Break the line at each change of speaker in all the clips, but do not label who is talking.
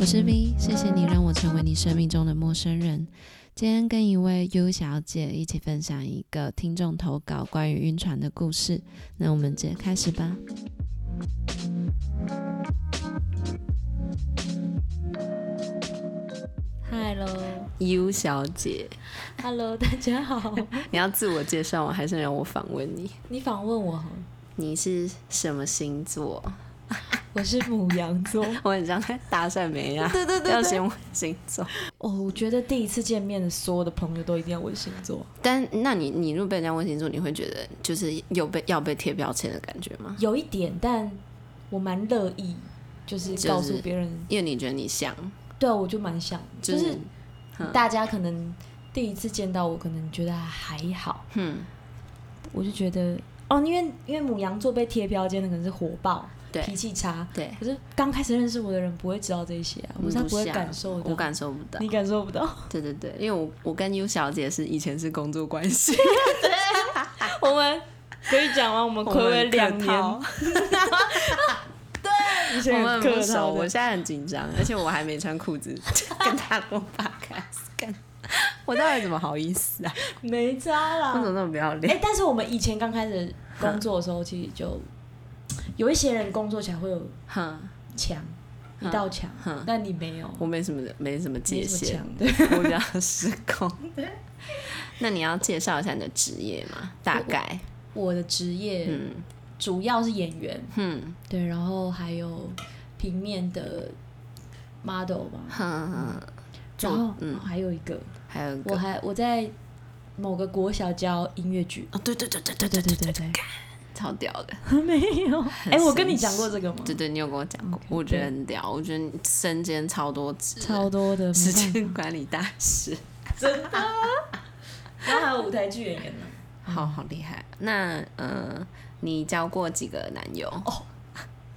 我是 V，谢谢你让我成为你生命中的陌生人。今天跟一位 U 小姐一起分享一个听众投稿关于晕船的故事，那我们直接开始吧。
Hello，Hello，
U 小姐，
大家好。
你要自我介绍吗？还是让我访问你？
你访问我，
你是什么星座？
我是母羊座。
我很像在搭讪美呀、
对对对
要
对
先问星座。
哦，我觉得第一次见面的所有的朋友都一定要问星座。
但那你你如果被人家问星座，你会觉得就是有被要被贴标签的感觉吗？
有一点，但我蛮乐意，就是
就是
告诉别人，
因为你觉得你像，
对啊，我就蛮想，
就
就是是大家可能第一次见到我，可能觉得还好，
嗯，
我就觉得哦，因为因为母羊座被贴标签的可能是火爆、
对
脾气差，
对，
可是刚开始认识我的人不会知道这一些啊，
我
我是他
不
不会
像
感受到，
我感受不到
你。感受不到，
对对对，因为我我跟 U 小姐是以前是工作关 系，
我们。可以讲完，我们
我
暌
们
违
很
两
客
年，
套
以
我
前
们
很
很不
客
熟，
套
我
的。
现在很紧张，而且我还没穿裤子 跟他录 podcast，干我到底怎么好意思啊？
没渣
我怎么
啦。
那么不要
哎、
脸？
但是我们以前刚开始工作的时候，其实就有一些人工作起来会有
哼
墙，一道墙
哼，
但你没有，
我没什么没什么界
没什么
限，
墙。对，
我比较失 控。那你要介绍一下你的职业吗？大概，
我的职业
嗯
主要是演员，
哼
对，然后还有平面的 model 吧，
哼哼，
然后
嗯
还有一个，
还有一
我
个
还我在某个国小教音乐剧。
哦，对对对对
对
对
对
对对，
对对对，
超屌的。
没有。哎、我跟你讲过这个吗？
对对，你有跟我讲过，我觉得很屌，我觉得你身兼超多职，
超多的，
时
没办法
间管理大师。
然后还有舞台剧演员呢。
好好厉害。那呃，你交过几个男友？哦，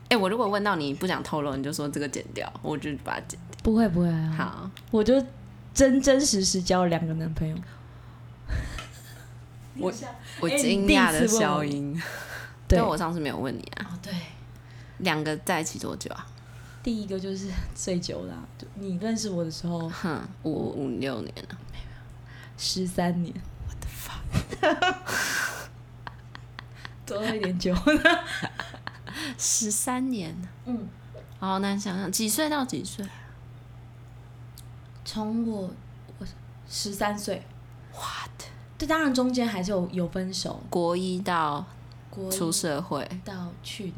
哎、我如果问到你不想透露，你就说这个剪掉，我就把它剪。
不会不会啊，
好，
我就真真实实交了两个男朋 友。
我我
哎你
惊
哎第一
讶的
次问我
消音。
对，
因为我上次没有问你啊，
哦对，
两个在一起多久啊？
第一个就是最久啦、就你认识我的时候
哼，五五六年了。
十三年。 我的 fuck，多喝一点酒。
十三年，
嗯，
好难想想，几岁到几岁？
从我我十三岁，what？对，当然中间还是有有分手，
国一到
国一
出社会。
到去年，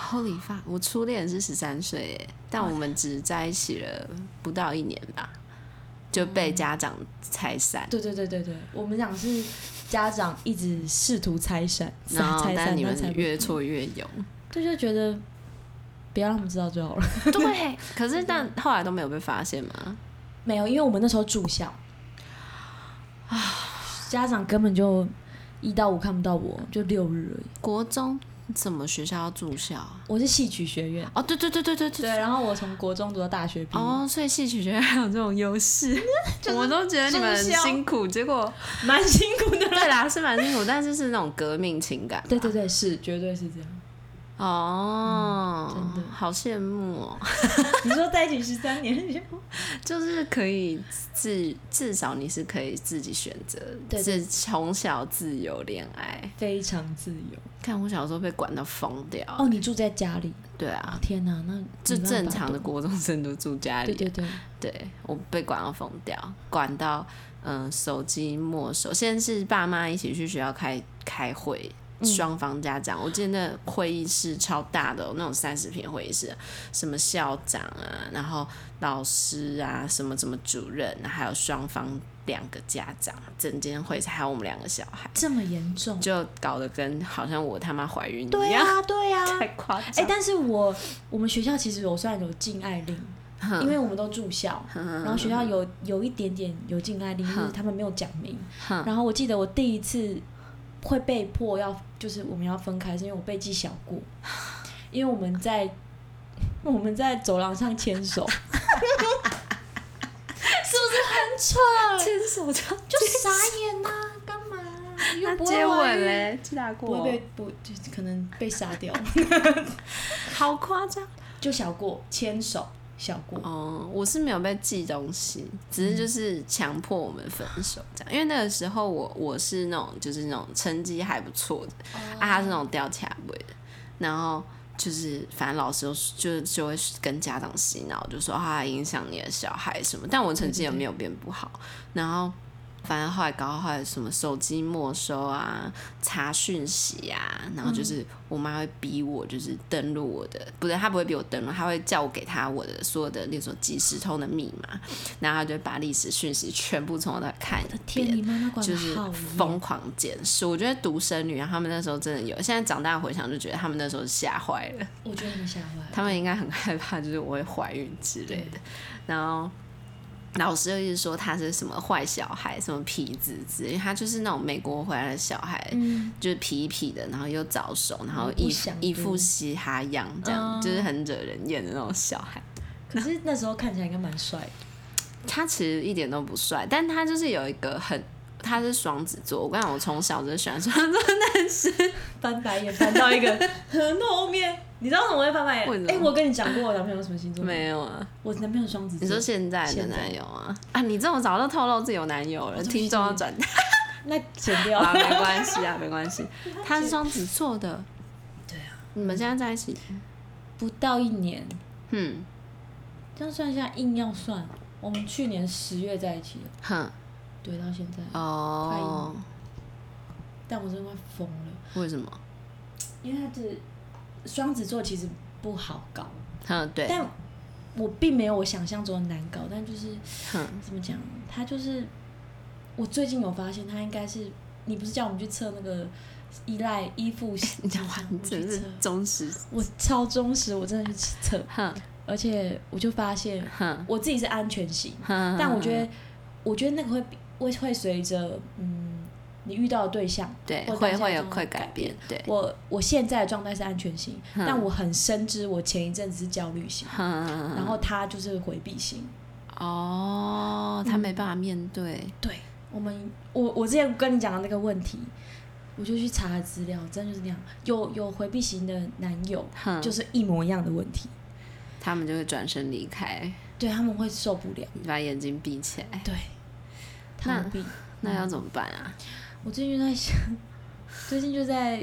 Holy fuck！我初恋是十三岁耶，但我们只在一起了不到一年吧，就被家长拆散。
对对对对对，我们俩是家长一直试图拆散，
然后
拆，
嗯但
散，
你
但拆
们
不
越挫越勇。
对，就觉得不要让他们知道就好了。
对，可是但后来都没有被发现嘛。
没有，因为我们那时候住校啊，家长根本就一到五看不到我，就六日而已。
国中怎么学校要住校啊？
我是戏曲学院，
哦，对对对对对
对，
对。
然后我从国中读到大学毕业，
哦，所以戏曲学院还有这种优 势，我都觉得你们很
住校
辛苦。结果
蛮辛苦 的。
对啦，是蛮辛苦，但是是那种革命情感。
对对。对，是绝对是这样。
哦，
嗯真的
好羡慕 哦！
你说在一起十三年，
就是可以自至少你是可以自己选择，
对对
是从小自由恋爱。
非常自由
看我小时候被管到疯掉。
哦。你住在家里，
对啊，
天哪，那
就
没办法
正常的
懂
国中生都住家里
对
啊，
对对，
对我被管到疯掉，管到嗯、呃手机没收，先是爸妈一起去学校开开会。双方家长，我记得那会议室超大的哦、那种三十平会议室，什么校长啊，然后老师啊，什么什么主任，还有双方两个家长，整间会还有我们两个小孩，
这么严重？
就搞得跟好像我他妈怀孕一
对啊
样，
呀、对呀、
太夸张。
哎、但是我我们学校其实有虽然有禁爱令，因为我们都住校，哎
嗯
然后学校有有一点点有禁爱令，就是他们没有讲明。然后我记得我第一次会被迫要就是我们要分开，是因为我被记小 过，因为我们在我们在走廊上 牵手，是不是很蠢？
牵手就
就傻眼呐、干 嘛啊、又不会
接
怀
吻
孕，
嘞，记大
不
过
会，被不就是可能被杀掉。
好夸张。
就小过牵手，笑过。
哦，我是没有被寄东西，只是就是强迫我们分手这样。因为那个时候我我是那种就是那种成绩还不错的，啊，他是那种掉卡位的，然后就是反正老师就就就会跟家长洗脑，就说啊影响你的小孩什么，但我成绩也没有变不好，然后。反正后来搞到后来什么手机没收啊、查讯息啊，然后就是我妈会逼我，就是登录我的，不是她不会逼我登录，她会叫我给她我的所有的那种即时通的密码，然后她就把历史讯息全部从头看一
天，你
遍，
妈妈管
就
得
是
好
疯狂检视。我觉得独生女啊，她们那时候真的有，现在长大回想就觉得她们那时候吓坏了。
我觉得你吓坏了。
他们应该很害怕，就是我会怀孕之类的
对。
然后老师就一直说他是什么坏小孩，什么痞子之类，因为他就是那种美国回来的小孩，
嗯，
就是痞痞的，然后又早熟，然后
然后不
一
想
一
读
副嘻哈样，这样、
嗯
就是很惹人厌的那种小孩。
可是那时候看起来应该蛮帅的。
他其实一点都不帅，但他就是有一个很。他是双子座，我跟你讲，我从小就喜欢双子座，
翻白眼翻到 一个很后面，你知道为什么会翻白
为什
眼？
么
哎、我跟你讲过我男朋友什么星座？
没有啊？
我男朋友双子座。
你说现在的
嗯现在
男友啊？啊，你这么早就透露自己有男友了，
我就是
听众要 转
那剪掉
啊，没关系啊，没关系。 他是双子座的，
对啊，
你们现在在一起，
不到一年，
嗯
这样算一下，硬要算，我们去年十月在一起的，
哼，
对，到现在，
哦，
但我真的快疯了，
为什么？
因为他是双子座，其实不好搞，
哼，对，
但我并没有我想象中的难搞，但就是
哼，
怎么讲，他就是我最近有发现，他应该是你不是叫我们去测那个依赖依附
你讲
吗
话
我去
真是
测，
忠实，
我超忠实，我真的去测，
哼
而且我就发现
哼，
我自己是安全型，
哼
但我觉，
哼
得我觉得那个会比会会随着嗯你遇到的对象，
对，
我
会
当下
会有
状态
会
改
改变，对，
我我现在的状态是安全型，
嗯
但我很深知我前一阵子是焦虑型，
哼，
然后他就是回避型，
哦，他没办法面对，
对我们，我我之前跟你讲的那个问题，我就去查了资料，真的就是那样。有有回避型的男友，
哼，
就是一模一样的问题，
他们就会转身离开，
对他们会受不了，
把眼睛闭起来，
对，他们避。
那要怎么办啊？
我最近就在想，最近就在，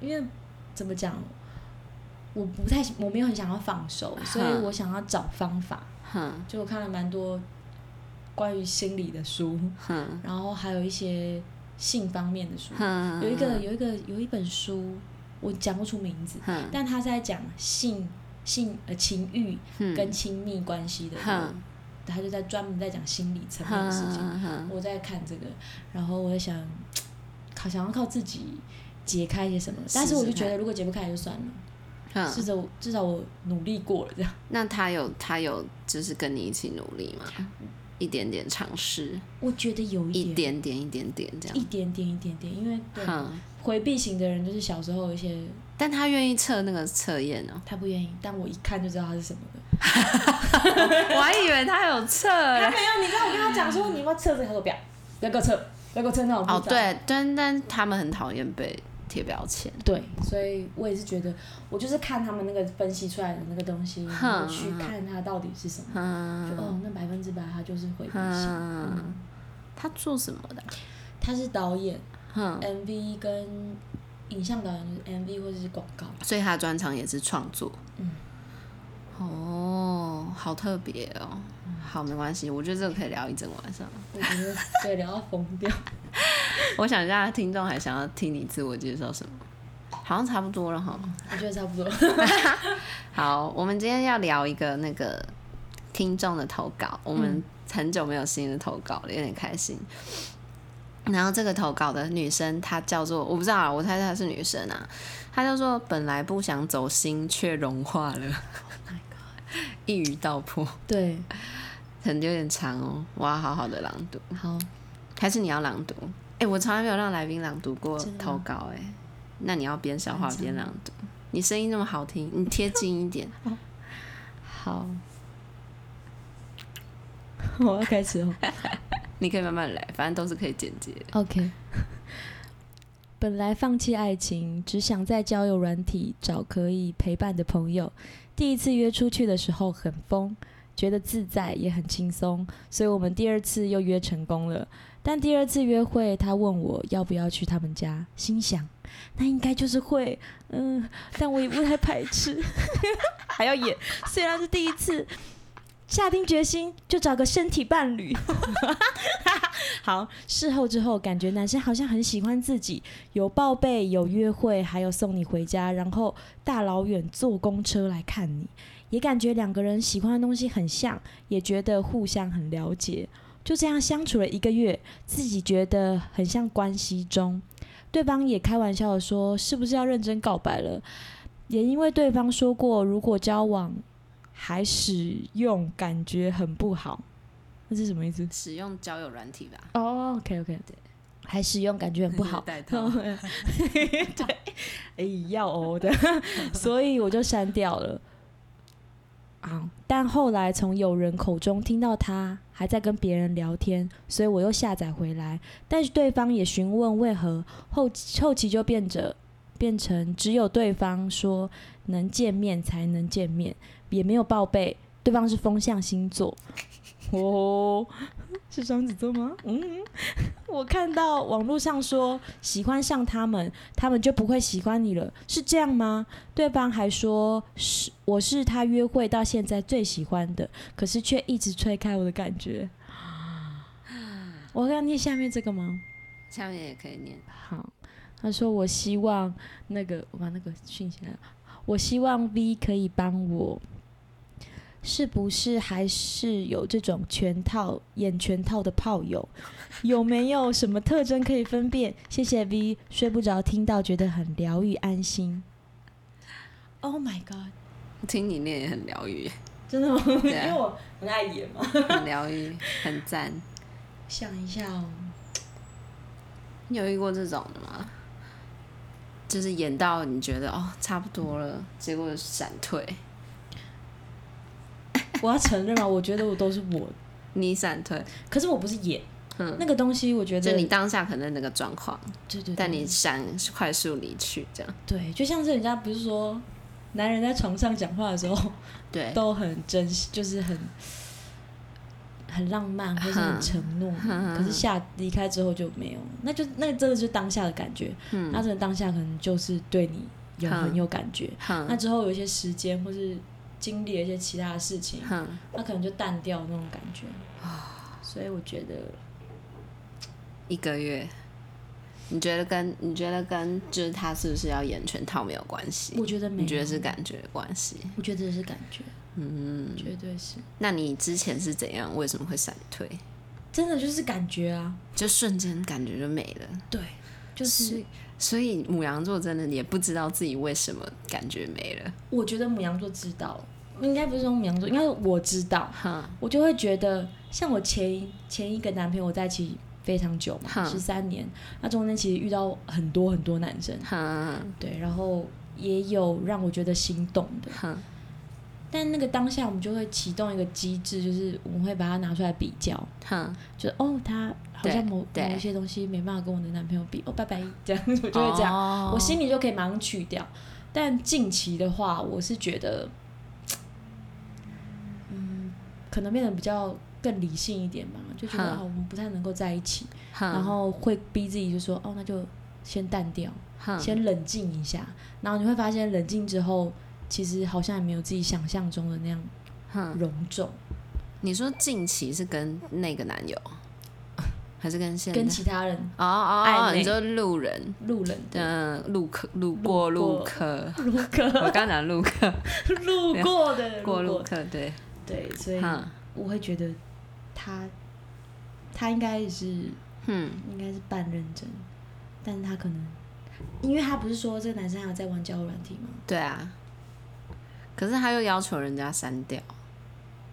因为怎么讲，我不太，我没有很想要放手，所以
哼
我想要找方法。
哼
就我看了蛮多关于心理的书，
哼
然后还有一些性方面的书。
哼，
有一个有一个有一本书，我讲不出名字，
哼
但他是在讲性性呃情欲
哼
跟亲密关系的，
哼
他就在专门在讲心理层面
哼
的事情。
哼哼。
我在看这个，然后我在想，靠想要靠自己解开一些什么，但是我就觉得如果解不开就算了，
哼
至少我至少我努力过了这样。
那他有他有就是跟你一起努力吗？一点点尝试，
我觉得有
一
点。
点点一点点这
一
样。
点点，一点点，因为对
哼，
回避型的人，就是小时候有一些
但他愿意测那个测验哦，
他不愿意，但我一看就知道他是什么的。
我还以为他有 测嘞。
没哎有，你知道我跟他讲说你要不要测这个，他说不要，不要给我测，不要给我测那种
哦，对，但但他们很讨厌被贴标签。
对，所以我也是觉得，我就是看他们那个分析出来的那个东西，然后
哼
去看它到底是什么。就
嗯
哦，那百分之百他就是回避型。
嗯，他做什么的啊？嗯
他是导演、
哼，
MV 跟影像导演，就是 MV 或者是广告。
所以他的专长也是创作。
嗯，
哦，好特别哦。好，没关系，我觉得这个可以聊一整晚上。
我觉得对聊到疯掉。
我想一下，听众还想要听你自我介绍什么？好像差不多了哈。
我觉得差不多。
好，我们今天要聊一个那个听众的投稿，我们很久没有新的投稿了，有点开心。然后这个投稿的女生，她叫做我不知道啊，我猜她是女生啊。她叫做本来不想走心，却融化了。 一语道破，
对，
可能有点长哦，我要好好的朗读。
好，
还是你要朗读？哎、我从来没有让来宾朗读过
真的吗
投稿、哎，那你要边消化边朗读。你声音那么好听，你贴近一 点。好，
我要开始哦。
你可以慢慢来，反正都是可以剪辑的。
OK。 本来放弃爱情，只想在交友软体找可以陪伴的朋友。第一次约出去的时候很疯，觉得自在也很轻松，所以我们第二次又约成功了。但第二次约会，他问我要不要去他们家，心想那应该就是会，嗯，但我也不太排斥，还要演，虽然是第一次。下定决心就找个身体伴侣。好，事后之后感觉男生好像很喜欢自己，有报备，有约会，还有送你回家，然后大老远坐公车来看你，也感觉两个人喜欢的东西很像，也觉得互相很了解。就这样相处了一个月，自己觉得很像关系中，对方也开玩笑的说是不是要认真告白了？也因为对方说过如果交往。还使用感觉很不好，那是什么意思？
使用交友软体吧。
哦、oh,，OK OK，对，还使用感觉很不好。
带 套。
对，哎、欸，要哦的， 所以我就删掉了。啊！但后来从友人口中听到他还在跟别人聊天，所以我又下载回来，但是对方也询问为何，后后期就变着变成只有对方说能见面才能见面。也没有报备，对方是风象星座，哦，是双子座吗？嗯， 我看到网络上说喜欢上他们，他们就不会喜欢你了，是这样吗？对方还说是我是他约会到现在最喜欢的，可是却一直推开我的感觉。 我要念下面这个吗？
下面也可以念。
好，他说我希望那个我把那个讯息来，我希望 V 可以帮我。是不是还是有这种全套演全套的炮友？有没有什么特征可以分辨？谢谢 V，睡不着，听到觉得很疗愈安心。Oh my god！
听你念也很疗 愈，
真的吗？啊、 因为我很爱演嘛。
很疗愈，很赞。
想一下哦，
你有遇过这种的吗？就是演到你觉得哦差不多了，结果闪退。
我要承认嘛，我觉得我都是我，
你闪退，
可是我不是演，嗯，那个东西我觉得，
就你当下可能那个状况，
对对,對，
但你闪快速离去这样，
对，就像是人家不是说，男人在床上讲话的时候，
对，
都很真实，就是很很浪漫或是很承诺、嗯，可是下离开之后就没有，那就那真的是当下的感觉，嗯，那真的当下可能就是对你有很有感觉，嗯、那之后有一些时间或是。经历了一些其他的事情，那、嗯、可能就淡掉那种感觉、哦、所以我觉得
一个月，你觉得跟你觉得跟就是他是不是要演全套没有关系？
我觉得没有，
你觉得是感觉关系？
我觉得是感觉，嗯，绝对是。
那你之前是怎样？为什么会闪退？
真的就是感觉啊，
就瞬间感觉就没了。
对，就是。
所以母羊座真的也不知道自己为什么感觉没了。
我觉得母羊座知道，应该不是说母羊座，应该是我知道。哈，我就会觉得，像我前前一个男朋友在一起非常久嘛，十三年，那中间其实遇到很多很多男生，对，然后也有让我觉得心动的。但那个当下，我们就会启动一个机制，就是我们会把它拿出来比较，嗯、就是哦，他好像某某一些东西没办法跟我的男朋友比，哦，拜拜，这样 我就会这样、哦，我心里就可以马上去掉。但近期的话，我是觉得，嗯，可能变得比较更理性一点吧，就觉得啊、嗯哦，我们不太能够在一起、嗯，然后会逼自己就说，哦，那就先淡掉，
嗯
先冷静一下，然后你会发现冷静之后。其实好像也没有自己想象中的那样隆重。
你说近期是跟那个男友， 还是跟现
跟其他人？
哦哦，你说路人，
路人
嗯，路客路过路客，
路客，
我刚讲路客，
路过的
过路客，对
对，所以我会觉得他他应该也是，嗯，应该是半认真，但是他可能，因为他不是说这个男生还有在玩交友软体吗？
对啊。可是他又要求人家删掉，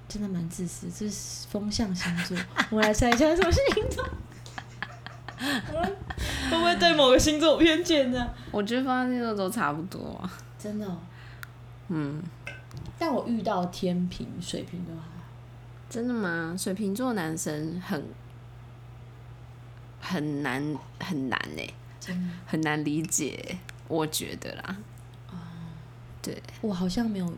真的蛮自私。这是风象星 座，我来猜一下什么星座？会不会对某个星座有偏见呢？
我觉得风象星座都差不多、啊。
真的、哦？嗯。但我遇到天平、水瓶都还好。
真的吗？水瓶座男生很很难很难呢、欸， 很难理解，我觉得啦。对
我好像没有，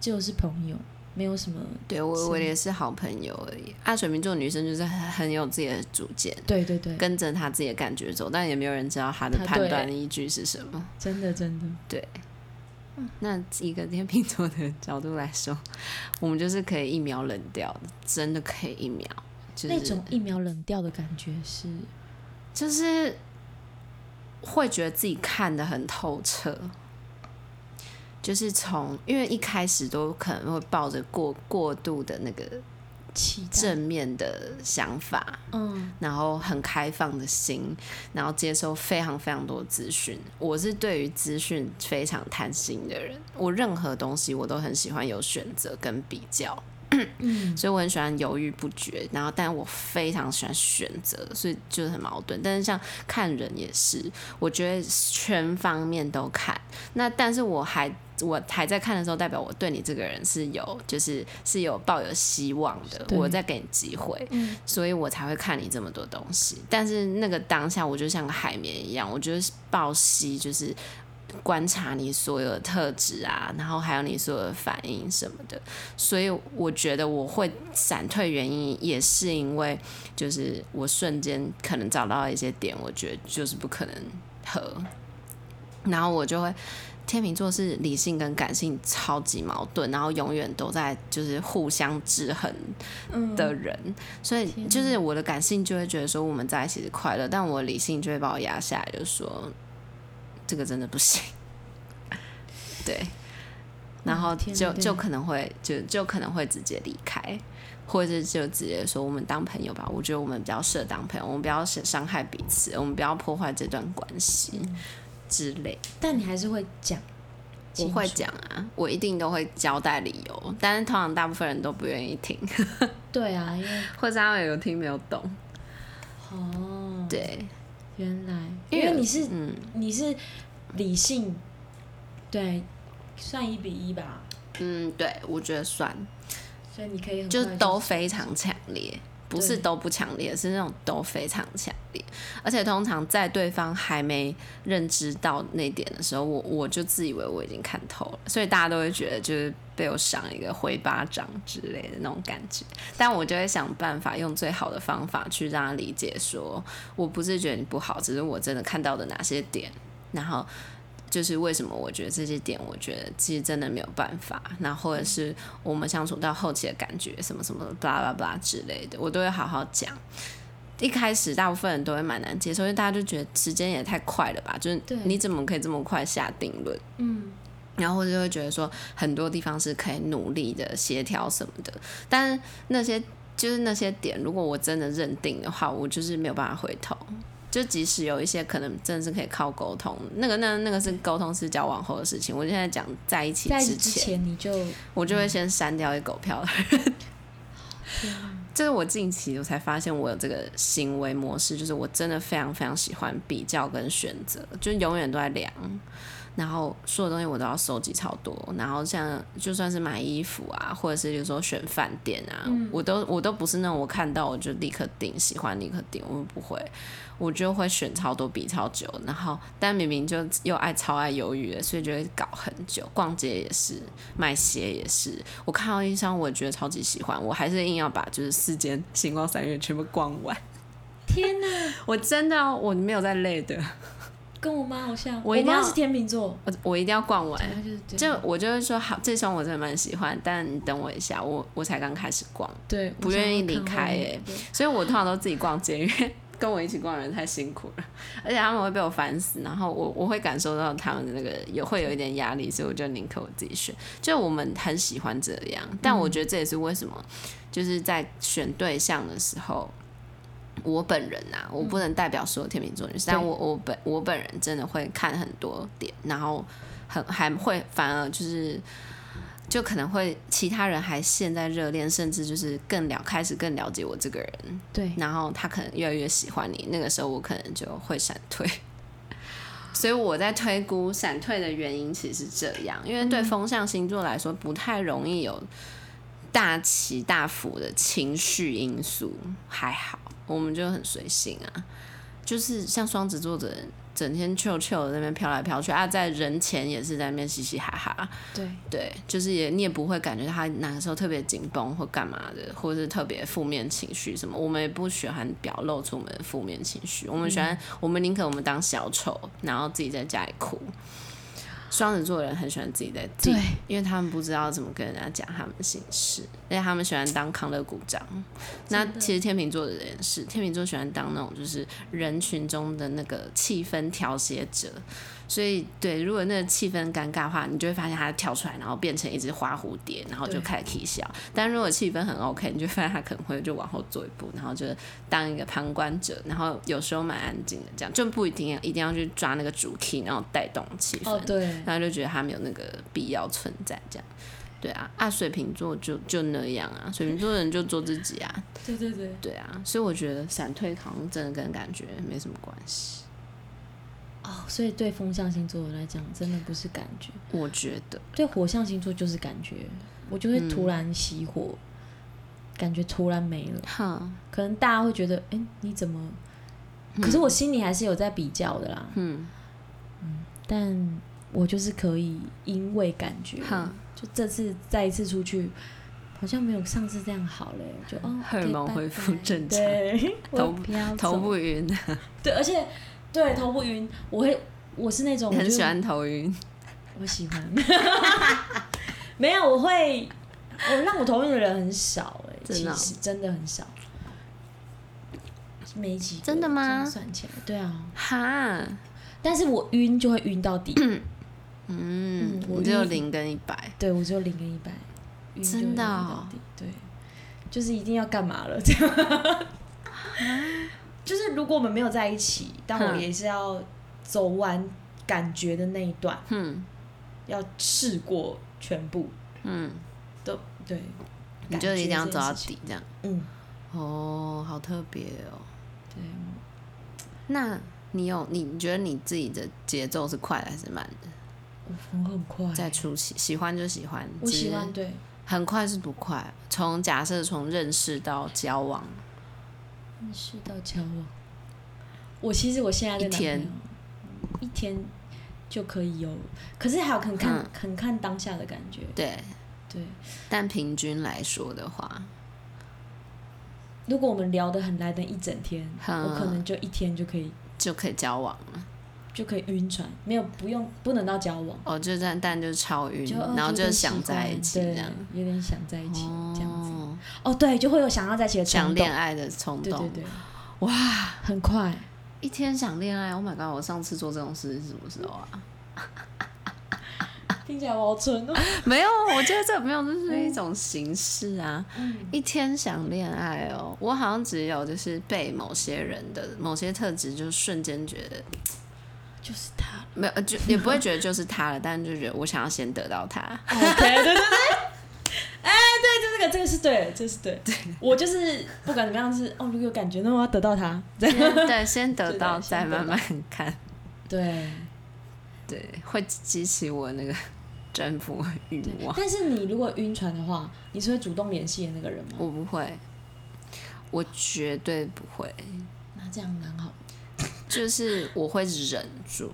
就是朋友，没有什么。
对我我也是好朋友而已。啊，水瓶座女生就是很很有自己的主见，
对对对，
跟着她自己的感觉走，但也没有人知道她的
她
判
啊对
断依据是什么。
真的真的，
对，那以一个天秤座的角度来说，我们就是可以一秒冷掉的，真的可以一秒，就
那
是
种一秒冷掉的感觉是，
就是会觉得自己看得很透彻。就是从，因为一开始都可能会抱着过过度的那个
期待，
正面的想法，
嗯，
然后很开放的心，然后接收非常非常多的资讯。我是对于资讯非常贪心的人，我任何东西我都很喜欢有选择跟比较，
嗯
所以我很喜欢犹豫不决。然后，但我非常喜欢选择，所以就是很矛盾。但是像看人也是，我觉得全方面都看。那但是我还我还在看的时候，代表我对你这个人是有就是是有抱有希望的，
对
我在给你机会。
嗯，
所以我才会看你这么多东西。但是那个当下，我就像个海绵一样，我就是抱吸，就是观察你所有的特质啊，然后还有你所有的反应什么的。所以我觉得我会闪退，原因也是因为就是我瞬间可能找到一些点，我觉得就是不可能合，然后我就会。天秤座是理性跟感性超级矛盾，然后永远都在就是互相制衡
嗯
的人，所以
天
就是我的感性就会觉得说我们在一起是快乐，但我理性就会把我压下来，就说这个真的不行，对，然后
嗯天哪
就
对
就可能会就就可能会直接离开，或者就直接说我们当朋友吧，我觉得我们比较适合当朋友，我们不要伤伤害彼此，我们不要破坏这段关系
嗯
之类。
但你还是会讲，
我会，讲啊，我一定都会交代理由，但是通常大部分人都不愿意听，
对啊，因为
或者他们有听没有懂，
哦，，
对，
原来
因
因
为
为你是
嗯。
你是理性，对，算一比一吧，
嗯，对，我觉得算，
所以你可以很
就
快
是都非常强烈，不是
对
都不强烈，是那种都非常强烈，而且通常在对方还没认知到那点的时候，我我就自以为我已经看透了，所以大家都会觉得就是被我赏一个回巴掌之类的那种感觉，但我就会想办法用最好的方法去让他理解说我不是觉得你不好，只是我真的看到的哪些点，然后就是为什么我觉得这些点，我觉得其实真的没有办法，那或者是我们相处到后期的感觉，什么什么巴拉巴拉之类的，我都会好好讲。一开始大部分人都会蛮难接受，因为大家就觉得时间也太快了吧，就是
对
你怎么可以这么快下定论？
嗯，
然后就会觉得说很多地方是可以努力的协调什么的，但是那些就是那些点，如果我真的认定的话，我就是没有办法回头。就即使有一些可能真的是可以靠沟通，那个那那个是沟通是交往后的事情。我现在讲在一起
在一
之
起之
前，
前你就
我就会先删掉一狗票 的人。这是我近期我才发现我有这个行为模式，就是我真的非常非常喜欢比较跟选择，就永远都在量，然后所有东西我都要收集超多，然后像就算是买衣服啊，或者是有时候选饭店啊，我都我都不是那种我看到我就立刻订，喜欢立刻订，我不会，我就会选超多比超久，然后但明明就又爱超爱犹豫的，所以就会搞很久。逛街也是，买鞋也是，我看到一双我觉得超级喜欢，我还是硬要把就是四间星光三月全部逛完。
天哪，
我真的哦、我没有在累的，
跟我妈好像，
我
我
一定要
妈是天秤座，
我我一定要逛完
对，。她就是这样
就我就会说好，这双我真的蛮喜欢，但你等我一下，我我才刚开始逛，
对，
不愿意离开
哎
欸，所以我通常都自己逛街，因为跟我一起逛的人太辛苦了，而且他们会被我烦死，然后我我会感受到他们的那个也会有一点压力，所以我就宁可我自己选。就我们很喜欢这样，但我觉得这也是为什么就是在选对象的时候。我本人啊，我不能代表所有天秤座女生，但我我本我本人真的会看很多点，然后很还会反而就是就可能会其他人还陷在热恋，甚至就是更了开始更了解我这个人，
对，
然后他可能越来越喜欢你，那个时候我可能就会闪退。 所以我在推估闪退的原因其实是这样，因为对风象星座来说不太容易有大起大伏的情绪因素，还好我们就很随性啊。就是像双子座的人，整天臭臭的在那边飘来飘去啊，在人前也是在那边嘻嘻哈哈，
对，
对，就是也你也不会感觉他哪个时候特别紧绷或干嘛的，或是特别负面情绪什么。我们也不喜欢表露出我们的负面情绪，我们喜欢、我们宁可我们当小丑，然后自己在家里哭。双子座的人很喜欢自己在自己
对，
因为他们不知道怎么跟人家讲他们心事，而且他们喜欢当康乐鼓掌。那其实天秤座的人也是，天秤座喜欢当那种就是人群中的那个气氛调节者。所以，对，如果那个气氛尴尬的话，你就会发现他跳出来，然后变成一只花蝴蝶，然后就
对
开始啼笑。但如果气氛很 OK，你就发现他可能会就往后做一步，然后就当一个旁观者，然后有时候蛮安静的，这样就不一定要一定要去抓那个主题，然后带动气氛。
哦对，
然后就觉得他没有那个必要存在，这样。对啊，啊，水瓶座就就那样啊，水瓶座的人就做自己啊，
对对对，
对啊，所以我觉得闪退好像真的跟感觉没什么关系，
哦，所以对风象星座来讲，真的不是感觉，
我觉得，
对火象星座就是感觉，我就会突然熄
嗯
火，感觉突然没了，
哈，
可能大家会觉得，哎，你怎么？可是我心里还是有在比较的啦，
嗯，
但我就是可以因为感觉，
哈，
就这次再一次出去，好像没有上次这样好嘞，就哦，
荷尔蒙
OK，拜
恢复
拜
正常
对，我
头
不要
头
走
不晕，
对，而且对头不晕，我会我是那种
很
就
喜欢头晕，
我喜欢， 没有，我会，我让我头晕的人很少哎、欸，
真的哦
其实真的很少，没几个，
真的吗
这样算起来，对啊，
哈，
但是我晕就会晕到底，
嗯，
我
我只有
晕
零跟一百，
对我就零跟一百，晕就会
真的
晕
哦
到底，对，就是一定要干嘛了这 样，就是如果我们没有在一起，但我
哼
也是要走完感觉的那一段，
嗯
要试过全部，
嗯，
都对，
你就一定要走到
感觉这件事情
底这样，
嗯。
哦，好特别哦，
对，
那你有你你觉得你自己的节奏是快的还是慢的？
我我很快，
在初期喜欢就喜欢，
哎我喜欢
只是
对，
很快是不快。从假设从认识到交往，
认识到交往。我其实我现在的
一
男朋友
天
一天就可以有，可是还有很看、
嗯
很看当下的感觉，
对，
对。
但平均来说的话，
如果我们聊得很来的一整天，
嗯
我可能就一天就可以
就可以交往了。
就可以晕船，没有不用不能到交往，
哦，就但但就是超晕，
就哦
然后
有
就
点
想
喜
在一
欢
起
对
这样，
有点想在一起、这样子。
哦，
哦，对，就会有想要在一起的
想
冲动
恋，爱的冲
对
动，
对对，
哇，
很快，
一天想恋爱，Oh my god！我上次做这种事是什么时候 啊？
听起来我好蠢哦。
没有，我觉得这没有，这是一种形式啊。
嗯
一天想恋爱哦，我好像只有就是被某些人的某些特质，就瞬间觉得
就是他了。
没有，呃就也不会觉得就是他了，但就觉得我想要先得到他。
OK，对对对，哎，对，就这个，这个是对，这个是对。我就是不管怎么样是，哦，如果有感觉，那我要得到他。这样
先对，先得到，
是的
再
先得
慢
到
慢看。
对，
对，会激起我那个征服欲望。
但是你如果晕船的话，你是会主动联系的那个人吗？
我不会，我绝对不会，
那这样蛮好。
就是我会忍住。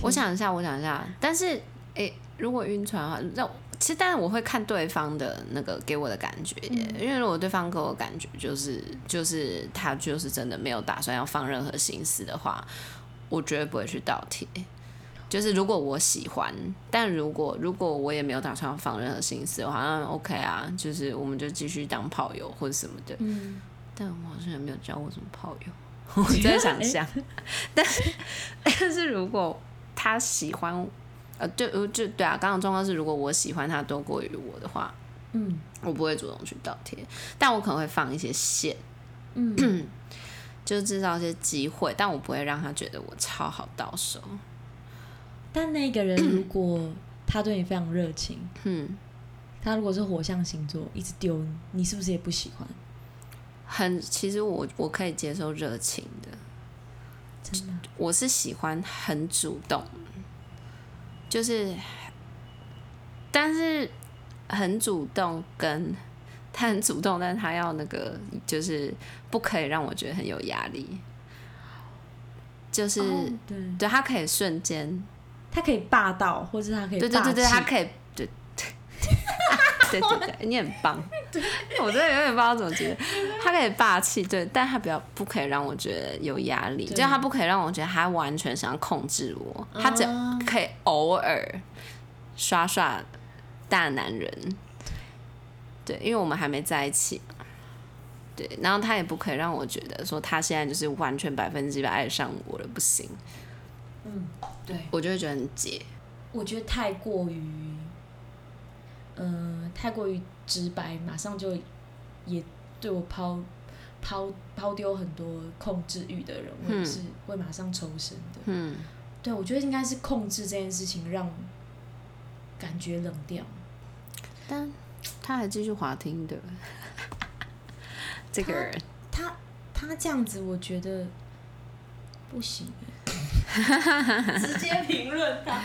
我想一下，我想一下，但是诶、如果晕船的话，那我其实但是我会看对方的那个给我的感觉耶，因为如果对方给我的感觉就是就是他就是真的没有打算要放任何心思的话，我绝对不会去倒贴。就是如果我喜欢，但如果如果我也没有打算放任何心思的话，那 OK 啊，就是我们就继续当炮友或者什么的。
嗯，
但我好像也没有交过什么炮友， 我在想象。但是但是如果他喜欢，呃，对，呃就对啊，刚刚的状况是，如果我喜欢他多过于我的话，
嗯
我不会主动去倒贴，但我可能会放一些线，
嗯，
就制造一些机会，但我不会让他觉得我超好到手。
但那个人如 果他对你非常热情，
嗯，
他如果是火象星座，一直丢你，你是不是也不喜欢？
很，其实我我可以接受热情的，
真的，
我是喜欢很主动，就是，但是很主动跟他很主动，但他要那个就是不可以让我觉得很有压力。就是、
哦对，
对他可以瞬间，
他可以霸道，或者他可以
对对
霸
对对，
气
他可以对。 对对对对，你很棒。我真的有点不知道怎么觉得，他可以霸气，对，但他不要不可以让我觉得有压力，
对
就他不可以让我觉得他完全想要控制我，他只
啊
可以偶尔耍耍大男人。对，因为我们还没在一起嘛。对，然后他也不可以让我觉得说他现在就是完全百分之百爱上我了，不行，
嗯，对，
我就会觉得很解。
我觉得太过于，嗯、太过于直白，马上就也对我抛抛抛丢很多控制欲的人，我也
嗯
是会马上抽身的。
嗯，
对，我觉得应该是控制这件事情让感觉冷掉。
但他还继续滑听 的，这个人。
他他这样子，我觉得不 行。直接评论他，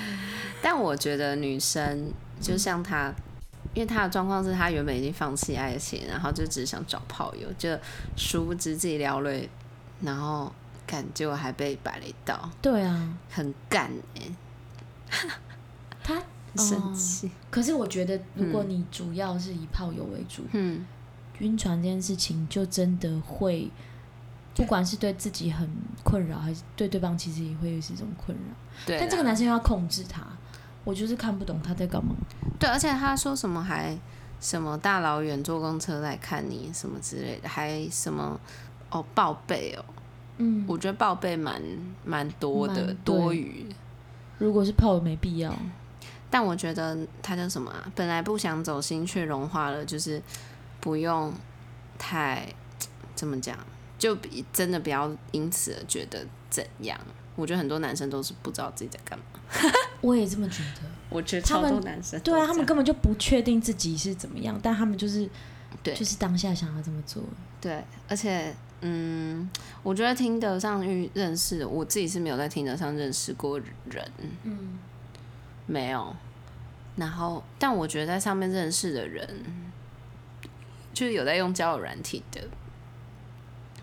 但我觉得女生就像她，
嗯
因为她的状况是她原本已经放弃爱情，然后就只想找炮友，就殊不知自己聊了，然后感结果还被摆了一道，
对啊，
很干哎、
他哦
很生气。
可是我觉得，如果你主要是以炮友为主，
嗯，
晕船这件事情就真的会，不管是对自己很困扰，还是对对方其实也会是一种困扰。
对啦。
但这个男生又要控制他，我就是看不懂他在干嘛。
对，而且他说什么还什么大老远坐公车来看你什么之类的，还什么哦报备哦，
嗯，
我觉得报备蛮蛮多的
蛮对
多余。
如果是炮友没必要，
但我觉得他叫什么、啊？本来不想走心，却融化了，就是不用太怎么讲，就比真的不要因此而觉得怎样。我觉得很多男生都是不知道自己在干嘛。
我也这么觉得。
我觉得
他
超
们
多男生都
对啊，他
这
们
样
根本就不确定自己是怎么样，但他们就是
对
就是当下想要这么做。
对，而且嗯，我觉得听得上遇认识，我自己是没有在听得上认识过人，
嗯，
没有。然后，但我觉得在上面认识的人，就是有在用交友软体的，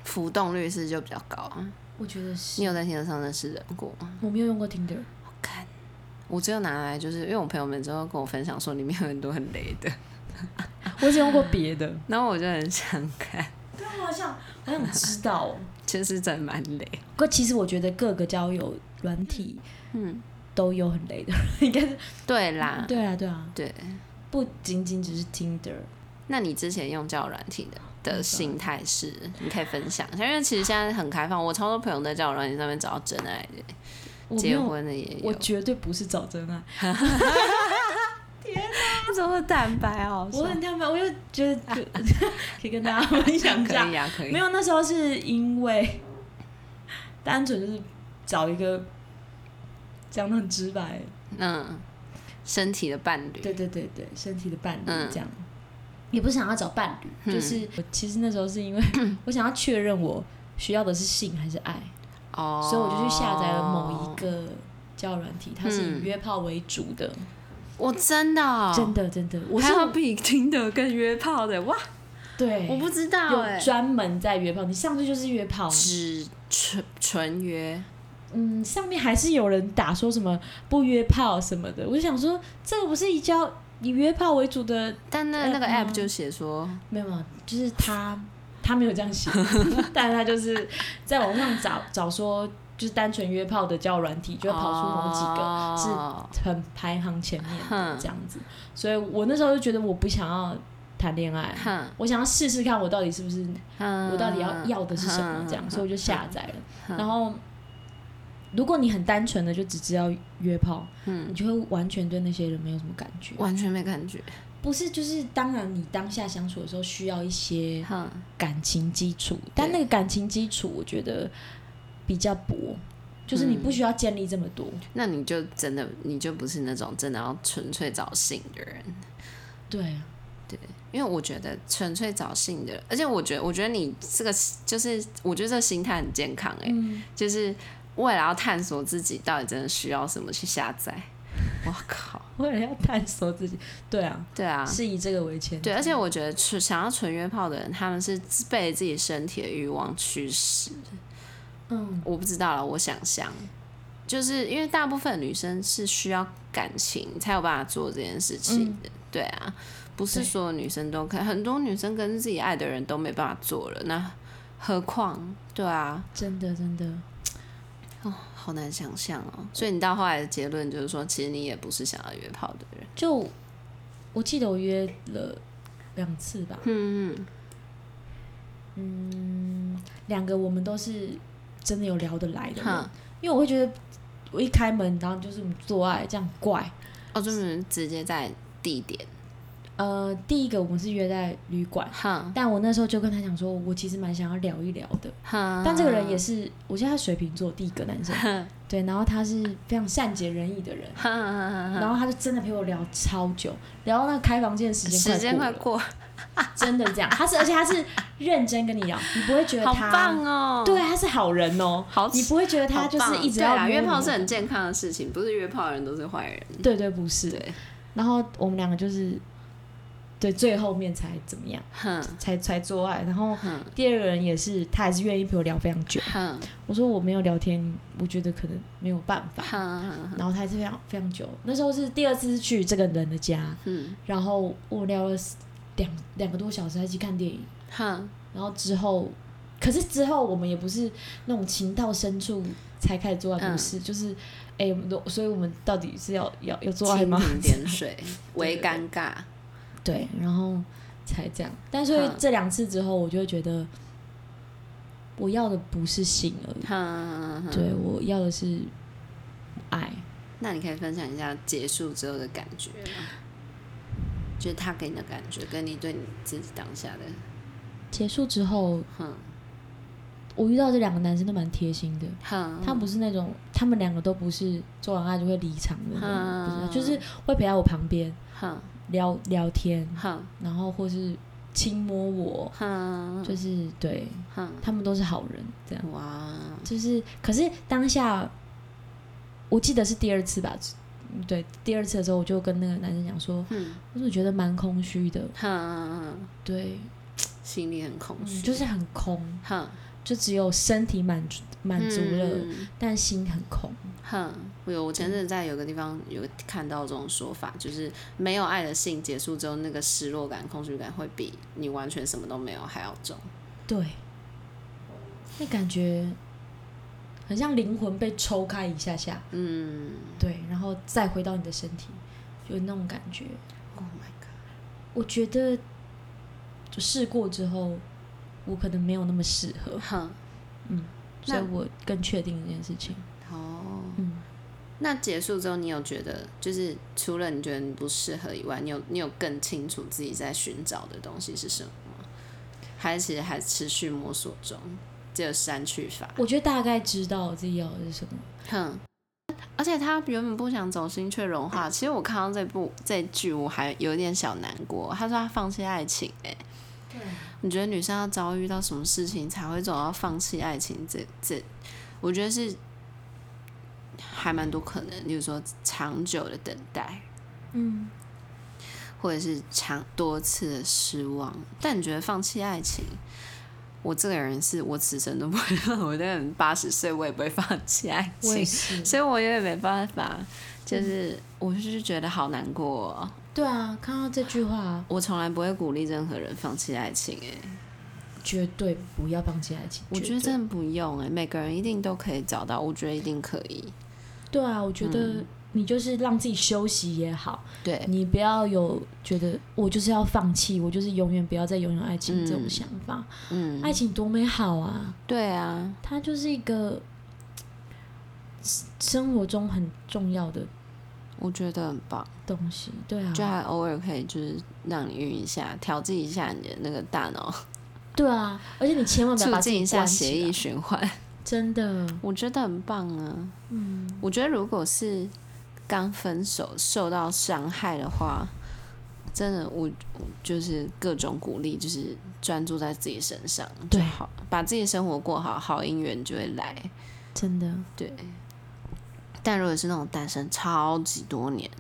浮动率是就比较高啊。
我觉得是
你。有在听得上认识人过吗？
我没有用过 Tinder，
我看，我只有拿来就是因为我朋友们之后跟我分享说里面有很多很雷的，
我只用过别的。
然后我就很想看，
对，我好想好想知道、哦。
其实真的蛮雷。
可其实我觉得各个交友软体
嗯，
都有很 雷的，应该是
对啦，
对啊对啊，
对，
不仅仅只是 Tinder，
那你之前用交友软体的
没
的
错
心态是，你可以分享一下，因为其实现在很开放，我超多朋友在交友软体上面找到真爱的，
我没
结
有，
婚的也有
我。绝对不是找真爱，
你怎么坦白啊？
我很坦白，我就觉 得就可以跟大家分享一
可
下，
以啊，可以。
没有那时候是因为单纯就是找一个讲的很直白，
嗯，身体的伴侣。
对对对对，身体的伴侣
嗯
这样。也不是想要找伴侣，
嗯
就是我其实那时候是因 为我想要确认我需要的是性还是爱，
哦。
所以我就去下载了某一。个交友软体，它是以
嗯
约炮为主的，
我真的哦。
真的真的，我
还
是
有比听的更约炮的哇！
对，
我不知道哎、
有专门在约炮，你上去就是约炮，
只纯纯约，
嗯，上面还是有人打说什么不约炮什么的，我就想说这个不是以交以约炮为主的，
但那那个
App 吗
app 就写说，
没有，没有，就是他他没有这 样写，但是他就是在网上找找说就是单纯约炮的交友软体，就会跑出某几个。
个
很排行前面的
哦哼
这样子，所以我那时候就觉得我不想要谈恋爱，
哼
我想要试试看我到底是不是
哼
我到底要要的是什么
嗯
这样，
嗯
所以我就下载了。
嗯
然后，如果你很单纯的就只知道约炮，
嗯
你就会完全对那些人没有什么感觉。
完全没感觉，
不是，就是当然你当下相处的时候需要一些
哼
感情基础，但那个感情基础我觉得比较薄，就是
嗯
你不需要建立这么多。
那你就真的你就不是那种真的要纯粹找性的人，
对啊，
因为我觉得纯粹找性的，而且我觉得我觉得你这个就是我觉得这个心态很健康哎、
嗯，
就是为了要探索自己到底真的需要什么去下载， 我靠，
为了要探索自己，对啊，
对啊，
是以这个为前提。
对，而且我觉得纯想要纯约炮的人，他们是被自己身体的欲望驱使，
嗯，
我不知道了，我想象，就是因为大部分女生是需要感情才有办法做这件事情的，对啊，不是
嗯对
所有女生都可以，很多女生跟自己爱的人都没办法做了，那何况对啊，
真的真的，
哦，好难想象哦。所以你到后来的结论就是说，其实你也不是想要约炮的人，
就我记得我约了两次吧，
嗯嗯
嗯，两个我们都是真的有聊得来的人
哼，
因为我会觉得我一开门，然后就是我们做爱这样怪。
哦，就是直接在地点，
呃，第一个我们是约在旅馆，
哼
但我那时候就跟他讲说，我其实蛮想要聊一聊的。
哼，
但这个人也是，我记得他水瓶座第一个男生， 对，然后他是非常善解人意的人，
哼哼哼哼
然后他就真的陪我聊超久，聊到那个开房间的时
时
间
间
快
快
过了，
过，
真的这样。他是，而且他是认真跟你聊，你不会觉得
好
他，
棒哦，
对，他是好人哦，
好
你不会觉得他就是一直
好棒对
要摸
啦，啊
你
约炮是很健康的事情，不是约炮的人都是坏人。
对对不是，
对，
然后我们两个就是对最后面才怎么样，
哼
才才做爱，然后
哼
第二个人也是，他还是愿意陪我聊非常久。
哼
我说我没有聊天，我觉得可能没有办法。
哼
然后他还是非常非常久，那时候是第二次是去这个人的家，
哼
然后我聊了两两个多小时，还一起看电影。
哼，
然后之后，可是之后我们也不是那种情到深处才开始做爱，
嗯
不是，就是哎、我们都所以我们到底是要要要做爱
蜻
吗？
蜓点水，为
对对
尴尬。
对，然后才这样。但所以
嗯
这两次之后，我就会觉得我要的不是性而已，
哼，哼
对我要的是爱。
那你可以分享一下结束之后的感觉吗？就是他给你的感觉，跟你对你自己当下的，
结束之后，
哼
我遇到这两个男生都蛮贴心的。
哼，
他不是那种，他们两个都不是做完爱就会离场的那种，
嗯
不是，就是会陪在我旁边
哼
聊聊天，
哼
然后或是轻摸我，
哼
就是对
哼，
他们都是好人，这样
哇，
就是。可是当下，我记得是第二次吧，嗯对，第二次的时候我就跟那个男生讲说，
嗯
我总觉得蛮空虚的，
哼，
对，
心里很空
嗯
虚，
就是很空，
哼
就只有身体满足满足了，
嗯
但心很空。
哼，我有我前阵子在有个地方有看到这种说法，就是没有爱的性结束之后，那个失落感、空虚感会比你完全什么都没有还要重。
对，那感觉很像灵魂被抽开一下下，
嗯
对，然后再回到你的身体，有那种感觉。
，Oh my god，
我觉得就试过之后，我可能没有那么适合，
哼，
嗯，所以
那
我更确定这件事情，
哦，
嗯，
那结束之后，你有觉得就是除了你觉得你不适合以外，你有你有更清楚自己在寻找的东西是什么吗？还是其实还持续摸索中，只有删去法？
我觉得大概知道我自己要的是什么，
哼，而且他原本不想走心却融化。其实我看到这部这剧，我还有一点小难过。他说他放弃爱情、欸，哎，你觉得女生要遭遇到什么事情才会走到放弃爱情这这？我觉得是还蛮多可能，例如说长久的等待，
嗯，
或者是长多次的失望。但你觉得放弃爱情？我这个人是我此生都不会， 我这个人八十岁我也不会放弃爱情。
是，
所以我有点没办法，就是我就是觉得好难过哦、
对啊，看到这句话，
我从来不会鼓励任何人放弃爱情、欸，
绝对不要放弃爱情，
我觉
对
得真的不用、欸，每个人一定都可以找到，我觉得一定可以。
对啊，我觉得你就是让自己休息也好。
嗯对，
你不要有觉得我就是要放弃，我就是永远不要再拥有爱情这种想法。
嗯，
爱情多美好啊，
对啊，
它就是一个嘖生活中很重要的
我觉得很棒，
东西。对啊，
就还偶尔可以就是让你晕一下，调剂一下你的那个大脑，
对啊，而且你千万不要
促
把自
进
己
一下
关
血
起
液
来，
循环。
真的，
我觉得很棒啊。嗯，我觉得如果是刚分手受到伤害的话，真的我我就是各种鼓励，就是专注在自己身上就
对
好，把自己生活过好，好姻缘就会来。
真的，
对，但如果是那种单身超级多年，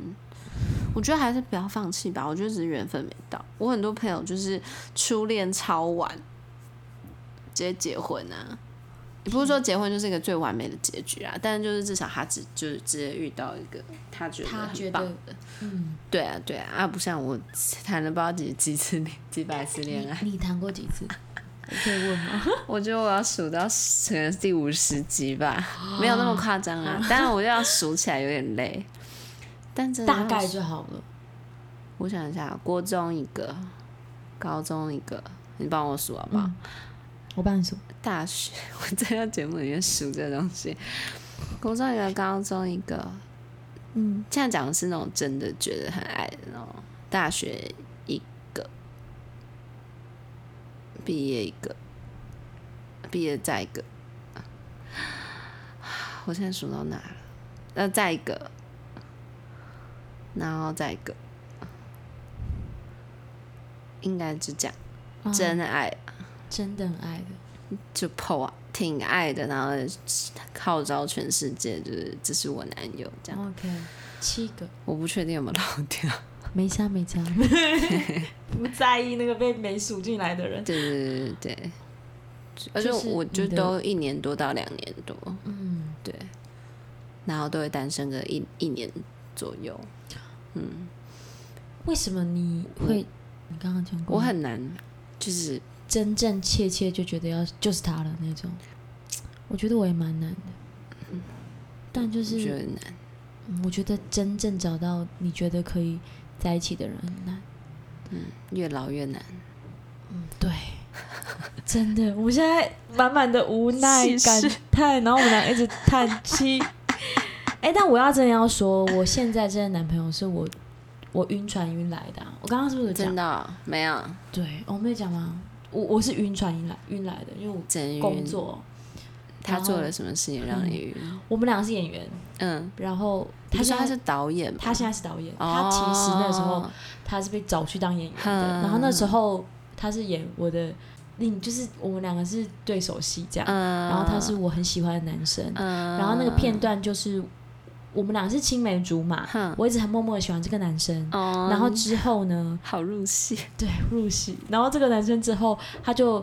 我觉得还是不要放弃吧。我觉得只是缘分没到。我很多朋友就是初恋超晚，直接结婚啊。也不是说结婚就是一个最完美的结局啊，但是就是至少他只就是直接遇到一个他觉得
他觉
很棒
得
的，，
嗯，
对啊对啊，啊不像我谈了不知道几几次恋几百次恋 爱，
你你谈过几 次？我可以问吗？
我觉得我要数到可能是第五十集 吧，没有那么夸张啊，当然我要数起来有点累，但真的
大
要
概就好了。
我想一下，国中一个，高中一个，你帮我数好不好？
嗯我帮你说，
大学， 我在这节目里面数这东西，国中一个，高中一个，嗯，这样讲是那种真的觉得很爱的那种，大学一个，毕业一个，毕业再一个， 我现在数到哪了？呃，再一个，然后再一个，应该就这样，
啊
真爱。
真的很爱的。
就 PO 啊，挺爱的，然后号召全世界，就是这是我男友这样。
OK，七个，
我不确定有没有漏 掉。
没差 没差，不在意那个被没数进来的人。
对对对对对，而且
就是
我就
你的
都一年多到两年多，
嗯，
对，然后都会单身个一一年左右。
嗯为什么你会？你刚刚讲过，
我很难，就是
真真切切就觉得要就是他了那种。我觉得我也蛮难的，但就
嗯觉
是
得难。
嗯我觉得真正找到你觉得可以在一起的人很难。
越老越难，
对，真的，我们现在满满的无奈
气
感
势
叹，然后我们俩一直叹气。哎、但我要真的要说，我现在这个男朋友是我我晕船晕来的啊、我刚刚是不是有
真
讲？
的哦、没有
对，哦我没有讲吗？我我是晕船晕来晕来的，因为
真
我
晕
工。作，
他
然后
做了什么事情让你晕？
我们两个是演员，
嗯，
然后
他说
他现
他
在
是导演吗，
他现在是导演，
哦
他其实那时候他是被找去当演员的，
嗯
然后那时候他是演我的另，就是我们两个是对手戏这样，
嗯，
然后他是我很喜欢的男生，
嗯，
然后那个片段就是我们俩是青梅竹马，
哼
我一直很默默的喜欢这个男生，
哦，
然后之后呢，
好入戏，
对入戏，然后这个男生之后他就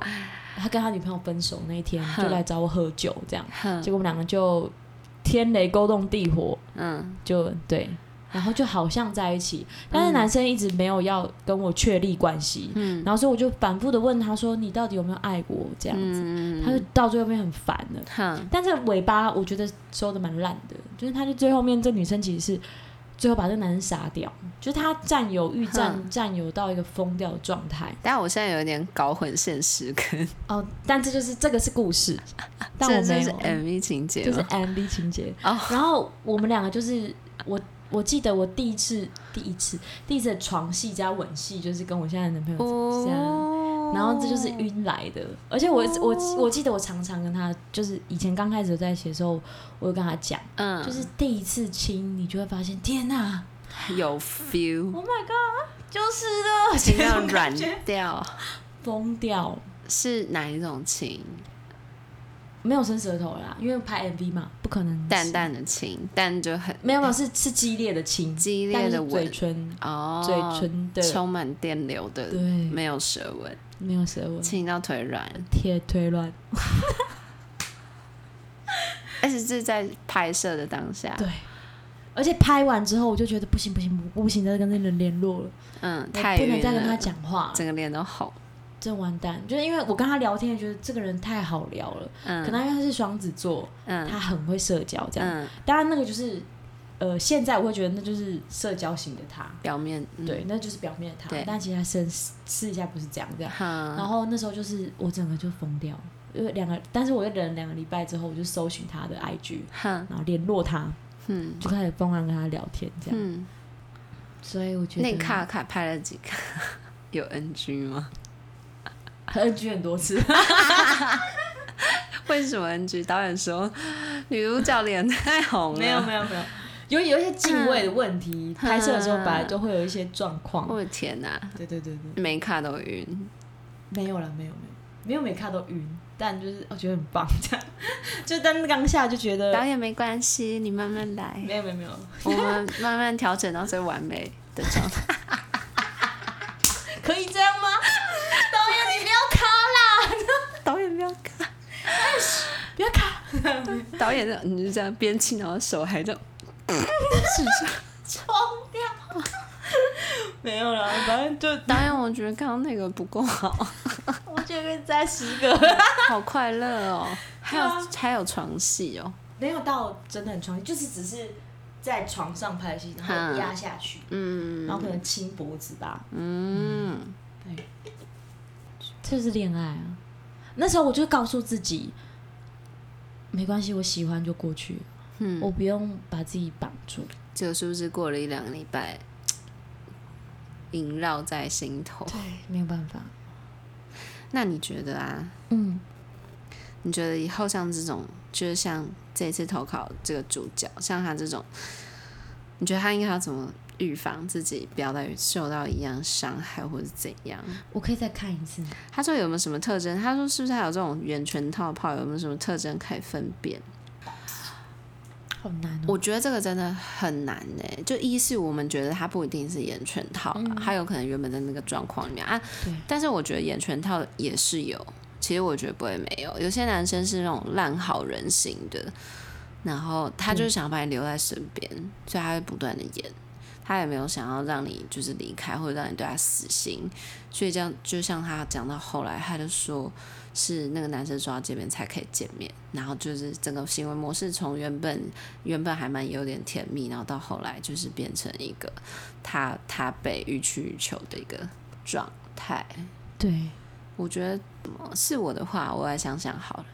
他跟他女朋友分手那一天
哼
就来找我喝酒这样，
哼
结果我们两个就天雷勾动地火，
嗯，
就对。然后就好像在一起，但是男生一直没有要跟我确立关系，
嗯
然后所以我就反复的问他说：“你到底有没有爱过我？”这样子，
嗯，
他就到最后面很烦了。
哼，
但这个尾巴我觉得收的蛮烂的，就是他就最后面这女生其实是最后把这个男生杀掉，就是他占有欲占
哼
占有到一个疯掉的状态。
但我现在有点搞混现实跟，
哦，但这就是这个是故 事， 但我
这
没
就是
有，
MV 情节
就是
吗？
MV 情节。
哦
然后我们两个就是我。我记得我第一次，第一次，第一次的床戏加吻戏，就是跟我现在的男
哦
朋友这样，然后这就是晕来的。而且我我我记得我常常跟他，就是以前刚开始在一起的时候，我有跟他讲，
嗯，
就是第一次亲，你就会发现，天哪、
有 feel，
o h my god，就是的，
情
这
要
种
软
感觉
掉，
疯掉，
是哪一种情？
没有伸舌头啦，因为拍 MV 嘛，不可能
淡，淡的情，但就很
没有没有是是激烈的亲，
激
但
烈
是
的
嘴
吻，
唇、
哦，嗯
嘴唇的，
充满电流的，
对，嗯
没有舌吻，
没有舌吻，
亲到腿软，
贴推乱，
而且是在拍摄的当下，
对。而且拍完之后，我就觉得不行不行，我不行再跟这个人联络了，
嗯，
我
太
不能
晕
再跟他
了，
讲话了，
整个脸都红，
真完蛋。就是因为我跟他聊天，觉得这个人太好聊了，
嗯，
可能因为他是双子座，
嗯
他很会社交这样。
嗯，
当然，那个就是，呃，现在我会觉得那就是社交型的他，
表面嗯
对，那就是表面的他
对。
但其实他私私底下不是这样这样。
哈
然后那时候就是我整个就疯掉，因为两个，但是我又忍两个礼拜之后，我就搜寻他的 IG，
哈，
然后联络他，
嗯
就开始疯狂跟他聊天这样。
嗯，
所以我觉得
那你卡卡拍了几个？ 有 NG 吗？
他 NG 很多次，
为什么 NG？导演说女主角脸太 红了，嗯
没有没有没有。有有一些敬畏的问题，拍摄的时候本来就会有一些状况。
我的哦天哪、
对对对对，
每卡都晕，
没有了，没有没有，没有没看到晕，但就是我觉得很棒， 这样就但当下就觉得
导演没关系，你慢慢来，
没有没有没有，
我们慢慢调整到最完美的状 态。
可以这样吗？ 导演你不要卡啦，
哎导演不要卡，
不要 卡
导演的你就这样边亲，然后手还这样，
冲掉。没有啦，反正就
导演我觉得刚刚那个不够好，
我觉得可以再十个。
好快乐哦，还有、
对啊
还有床戏哦，
没有到真的很床，就是只是在床上拍戏，然后压下去，
嗯
然后可能亲脖子吧，
嗯，
这是恋爱啊。那时候我就告诉自己，没关系，我喜欢就过去，
嗯
我不用把自己绑住。
这个是不是过了一两个礼拜，萦绕在心头？
对，没有办法。
那你觉得啊？
嗯，
你觉得以后像这种，就是像这次投考这个主角，像他这种，你觉得他应该要怎么预防自己不要再受到一样伤害，或者怎样？
我可以再看一次吗。
他说有没有什么特征？他说是不是还有这种圆圈套炮？有没有什么特征可以分辨？
好难哦。
我觉得这个真的很难呢、就一是我们觉得它不一定是演全套啊，它有可能原本在那个状况里面啊
嗯对。
但是我觉得演全套也是有，其实我觉得不会没有。有些男生是那种烂好人型的，然后他就是想把你留在身边，
嗯
所以他会不断的演。他也没有想要让你就是离开，或者让你对他死心，所以这样就像他讲到后来，他就说是那个男生说要见面才可以见面，然后就是整个行为模式从原本原本还蛮有点甜蜜，然后到后来就是变成一个他他被欲取欲求的一个状态。
对，
我觉得嗯是我的话，我来想想好了。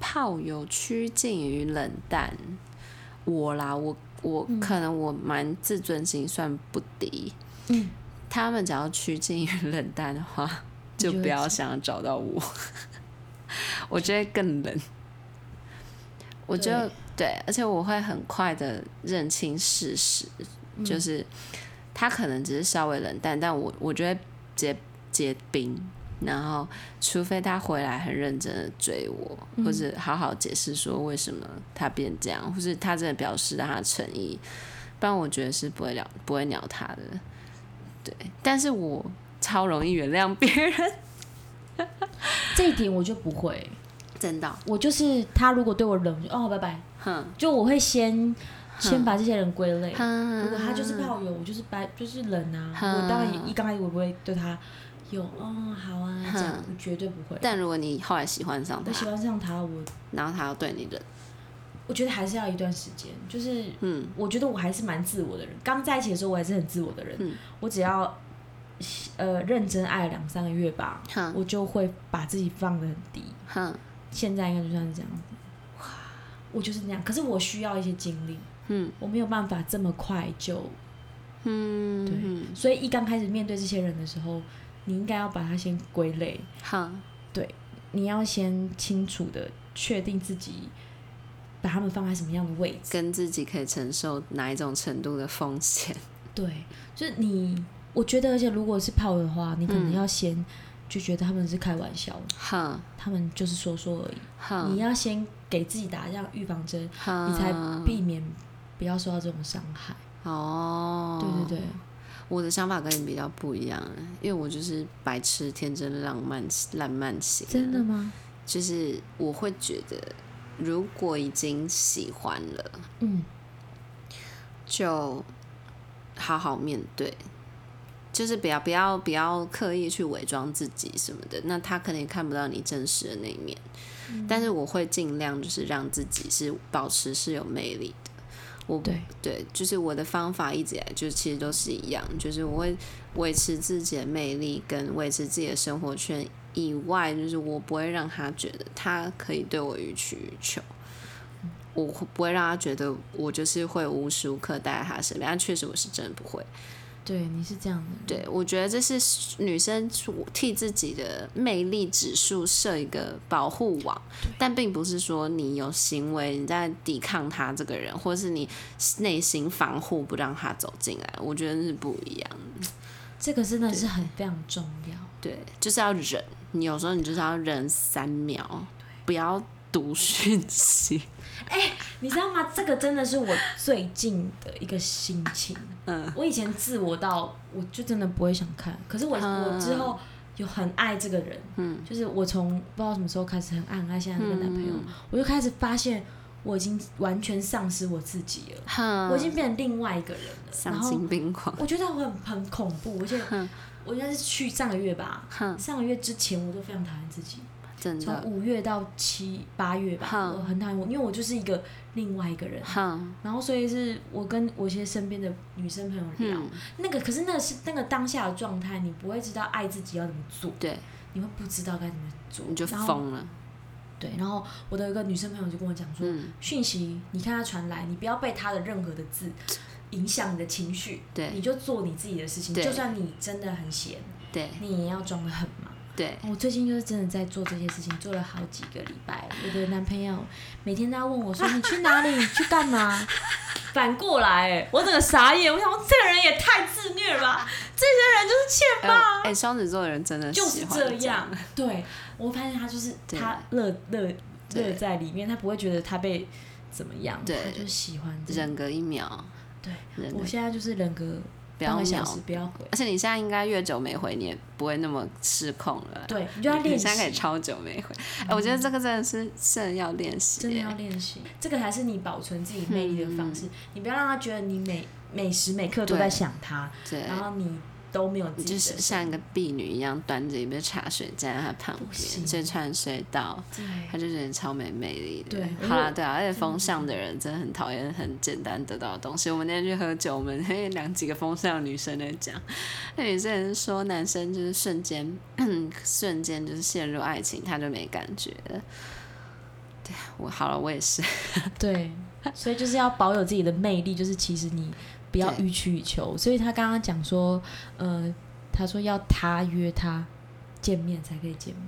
炮友趋近于冷淡，我啦，我我、可能我蛮自尊心算不低，
嗯，
他们只要趋近于冷淡的话，
你
就
就会
不要想要找到我， 我觉得更冷。我就
对
对，而且我会很快的认清事实，
嗯
就是他可能只是稍微冷淡，但我我觉得结结冰，然后除非他回来很认真的追我，或
嗯
者好好解释说为什么他变这样，或是他真的表示他的诚意，不然我觉得是不会了不会鸟他的。对，但是我超容易原谅别人，
这一点我就不会。
真的哦、
我就是他，如果对我冷，我就哦，拜拜。
哼，
就我会先先把这些人归类。
哼
如果他就是炮友，我就是白，就是冷啊。
嗯
我当然也一刚开始我不会对他有，嗯，好啊，这样
嗯
我绝对不会。
但如果你后来喜欢上
我喜
他，
欢上他，我
然后他要对你冷，
我觉得还是要一段时间。就是
嗯，
我觉得我还是蛮自我的人，刚在一起的时候我还是很自我的人。
嗯
我只要呃认真爱两三个月吧，
哼
我就会把自己放得很低。
哼，
现在应该就算是这样子。我就是那样，可是我需要一些经历，
嗯
我没有办法这么快就
嗯，
对
嗯，
所以一刚开始面对这些人的时候，你应该要把它先归类，
好，
你要先清楚的确定自己把他们放在什么样的位置。
跟自己可以承受哪一种程度的风险，
对，就是你，我觉得，而且如果是炮友的话，你可能
嗯
要先就觉得他们是开玩笑，
哼
他们就是说说而已。
哼
你要先给自己打这样预防针，
哼，
你才避免不要受到这种伤害。
哦，
对对对，
我的想法跟你比较不一样，因为我就是白痴、天真、浪漫、浪漫型。
真的，吗？
就是我会觉得，如果已经喜欢了，
嗯，
就好好面对，就是不要不要不要刻意去伪装自己什么的。那他可能也看不到你真实的那一面，但是我会尽量就是让自己是保持是有魅力的。我
对，
对，就是我的方法一直以来就其实都是一样，就是我会维持自己的魅力跟维持自己的生活圈以外，就是我不会让他觉得他可以对我予取予求，我会不会让他觉得我就是会无时无刻待在他身边，但确实我是真的不会。
对，你是这样的人。
对，我觉得这是女生替自己的魅力指数设一个保护网，但并不是说你有行为你在抵抗他这个人，或是你内心防护不让他走进来，我觉得是不一样的。
这个真的是很非常重要。
对，就是要忍，你有时候你就是要忍三秒，不要读讯 息。
你知道吗？这个真的是我最近的一个心情。
嗯，
我以前自我到我就真的不会想看，可是我、
嗯
我之后有很爱这个人，嗯，就是我从不知道什么时候开始很爱很爱现在这个男朋
嗯
友，我就开始发现我已经完全丧失我自己了，
哼
我已经变成另外一个人了，然
丧
后
心病狂，
我觉得我很很恐怖，而且
嗯
我应该是去上个月吧，
哼，
上个月之前我就非常讨厌自己，
嗯真
从
的，嗯
五月到七八月吧，
哼
我很讨厌我，因为我就是一个另外一个人，
哼，
然后所以是我跟我一些身边的女生朋友聊，
嗯，
那个可是那个是那个当下的状态，你不会知道爱自己要怎么做，
对，
你会不知道该怎么做，
你就
然后
疯了，
对，然后我的一个女生朋友就跟我讲说，
嗯，
讯息你看他传来，你不要被他的任何的字影响你的情绪，
对
你就做你自己的事情，
对
就算你真的很闲，
对
你也要装的很忙。
对，
我最近就是真的在做这些事情，做了好几个礼拜。我的男朋友每天都要问我说：“你去哪里？去干嘛？” 反过来，我整个傻眼，我想说这个人也太自虐了吧！这些人就是
哎
欠骂，
我哎，双子座的人真的
啊就
喜
是
欢
这
这
样，。对，我发现他就是
对
他乐乐
对
乐在里面，他不会觉得他被怎么样，
对
他就喜欢这样。
忍个一秒，
对，
忍
我
个，
现在就是人格
不
半
要
个小
秒，
时不要回，
而且你现在应该越久没回，你也不会那么失控了。
对，你就要练
你
习嗯
现，在可以超久没回。哎、我觉得这个真的是真的要练习耶，嗯
真的要练习，这个才是你保存自己魅力的方式。你不要让他觉得你每每时每刻都
对
在想他，
对，
然后你都没有自
你
己
就
的
是
生
像一个婢女一样端着一杯茶水站在她旁
不
边，
行
随传随到，她
对，
就觉得你超没魅力的。
对
好
因
啦，
为
对啊，而且风向的人真的很讨厌很简单得到的东西。我们那天去喝酒，我们那两几个风向的女生在讲，哎那女生也是说男生就是瞬间 瞬间就是陷入爱情，他就没感觉了。对，我好了，我也是。
啊对，所以就是要保有自己的魅力，就是其实你不要
对
予取予求。所以他刚刚讲说，呃，他说要他约他见面才可以见面，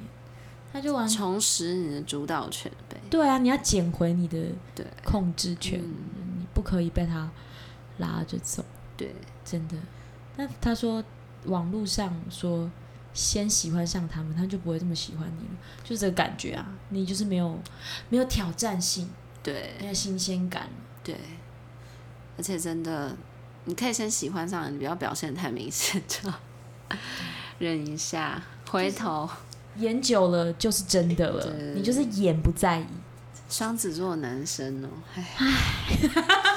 他就完全
重拾你的主导权呗。
对啊，你要捡回你的
对嗯
控制权，你不可以被他拉着走。
对，
真的。那他说网络上说先喜欢上他们，他就不会这么喜欢你了，就是这个感觉啊，你就是没有没有挑战性，
对
没有新鲜感。
对，而且真的，你可以先喜欢上，你不要表现得太明显，就好忍一下，回头。
演久了就是真的了，
对
你就是演不在意。
双子座的男生哦、唉，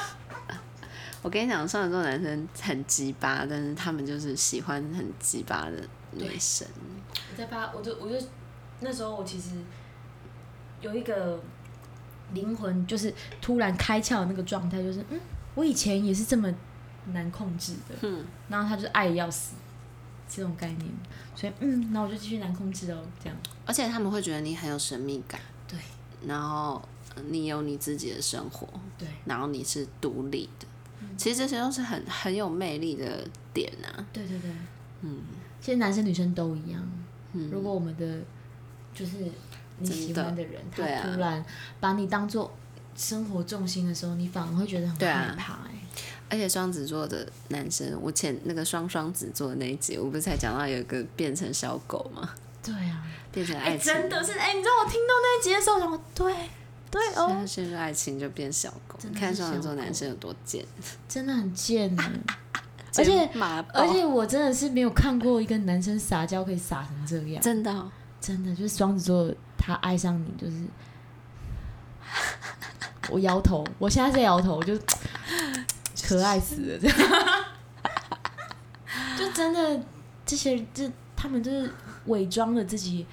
我跟你讲，双子座的男生很鸡巴，但是他们就是喜欢很鸡巴的女生。
我在发，我就我就那时候我其实有一个灵魂，就是突然开窍的那个状态，就是嗯，我以前也是这么难控制的，
嗯，
然后他就是爱得要死这种概念，所以嗯，那我就继续难控制哦，这样
而且他们会觉得你很有神秘感，
对，
然后你有你自己的生活，
对
然后你是独立的，其实这些都是很很有魅力的点啊。
对对对，
嗯，
其实男生女生都一样，
嗯
如果我们的就是你喜欢的人，他
真的对啊
突然把你当做生活重心的时候，你反而会觉得很
对啊
害怕、哎、
而且双子座的男生，我前那个双双子座的那一集，我不是才讲到有一个变成小狗吗？
对啊。
变成
哎、
爱情，
真的是哎、你知道我听到那一集的时候，我想说对
所
对
以
哦，
他陷入爱情就变小狗。
真
你
的是
看双子座
小狗
男生有多贱，
真的很贱呢。而且
贱马爆
啊而且我真的是没有看过一个男生撒娇可以撒成这样，
真的哦、
真的就是双子座，他爱上你就是， 我摇头，我现在在摇头，我就可爱死了，这样， 就真的这些这他们就是伪装了自己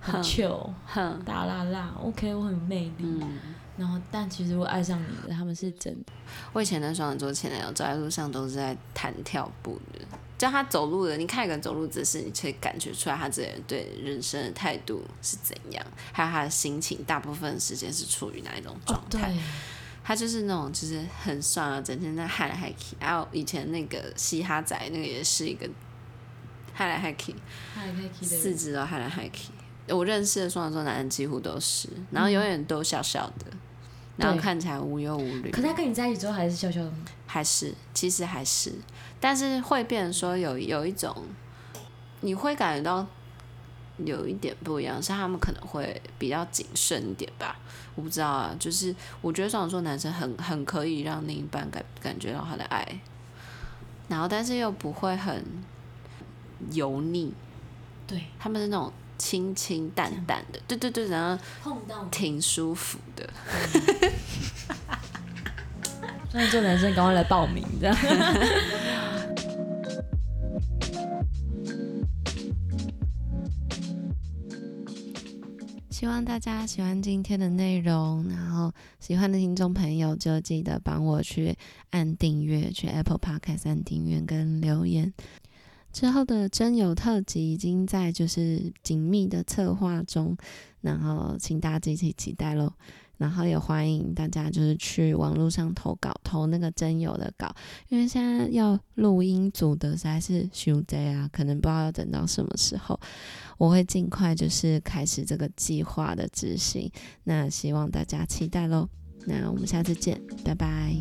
很
哼
chill
哼，
大辣辣，OK，我很有魅力，
嗯，
然后但其实我爱上你了，他们是真的。
我以前的双子座前男友走在路上都是在弹跳步的，叫他走路的，你看一个人走路姿势，你可以感觉出来他这个人对人生的态度是怎样，还有他的心情，大部分时间是处于哪一种状
哦
态。他就是那种就是很帅啊，整天在嗨来嗨去。还有以前那个嘻哈仔，那个也是一个嗨来嗨去，
嗨嗨 k
四肢都嗨来嗨去。我认识的双子座男人几乎都是，然后永远都笑笑的，然后
嗯对
看起来无忧无虑。
可他跟你在一起之后还是笑笑的吗？
还是其实还是，但是会变成说有有一种，你会感觉到有一点不一样，是他们可能会比较谨慎一点吧。我不知道啊，就是我觉得双子座男生很很可以让另一半感感觉到他的爱，然后但是又不会很油腻，
对，
他们是那种清清淡淡的，对对对，然后
碰到
挺舒服的。
所以做男生赶快来报名，这样。
希望大家喜欢今天的内容，然后喜欢的听众朋友就记得帮我去按订阅，去 Apple Podcast 按订阅跟留言。之后的真友特辑已经在就是紧密的策划中，然后请大家一起期待喽。然后也欢迎大家就是去网络上投稿，投那个真友的稿，因为现在要录音组的实在是 s h day 啊，可能不知道要等到什么时候。我会尽快就是开始这个计划的执行，那希望大家期待喽。那我们下次见，拜拜。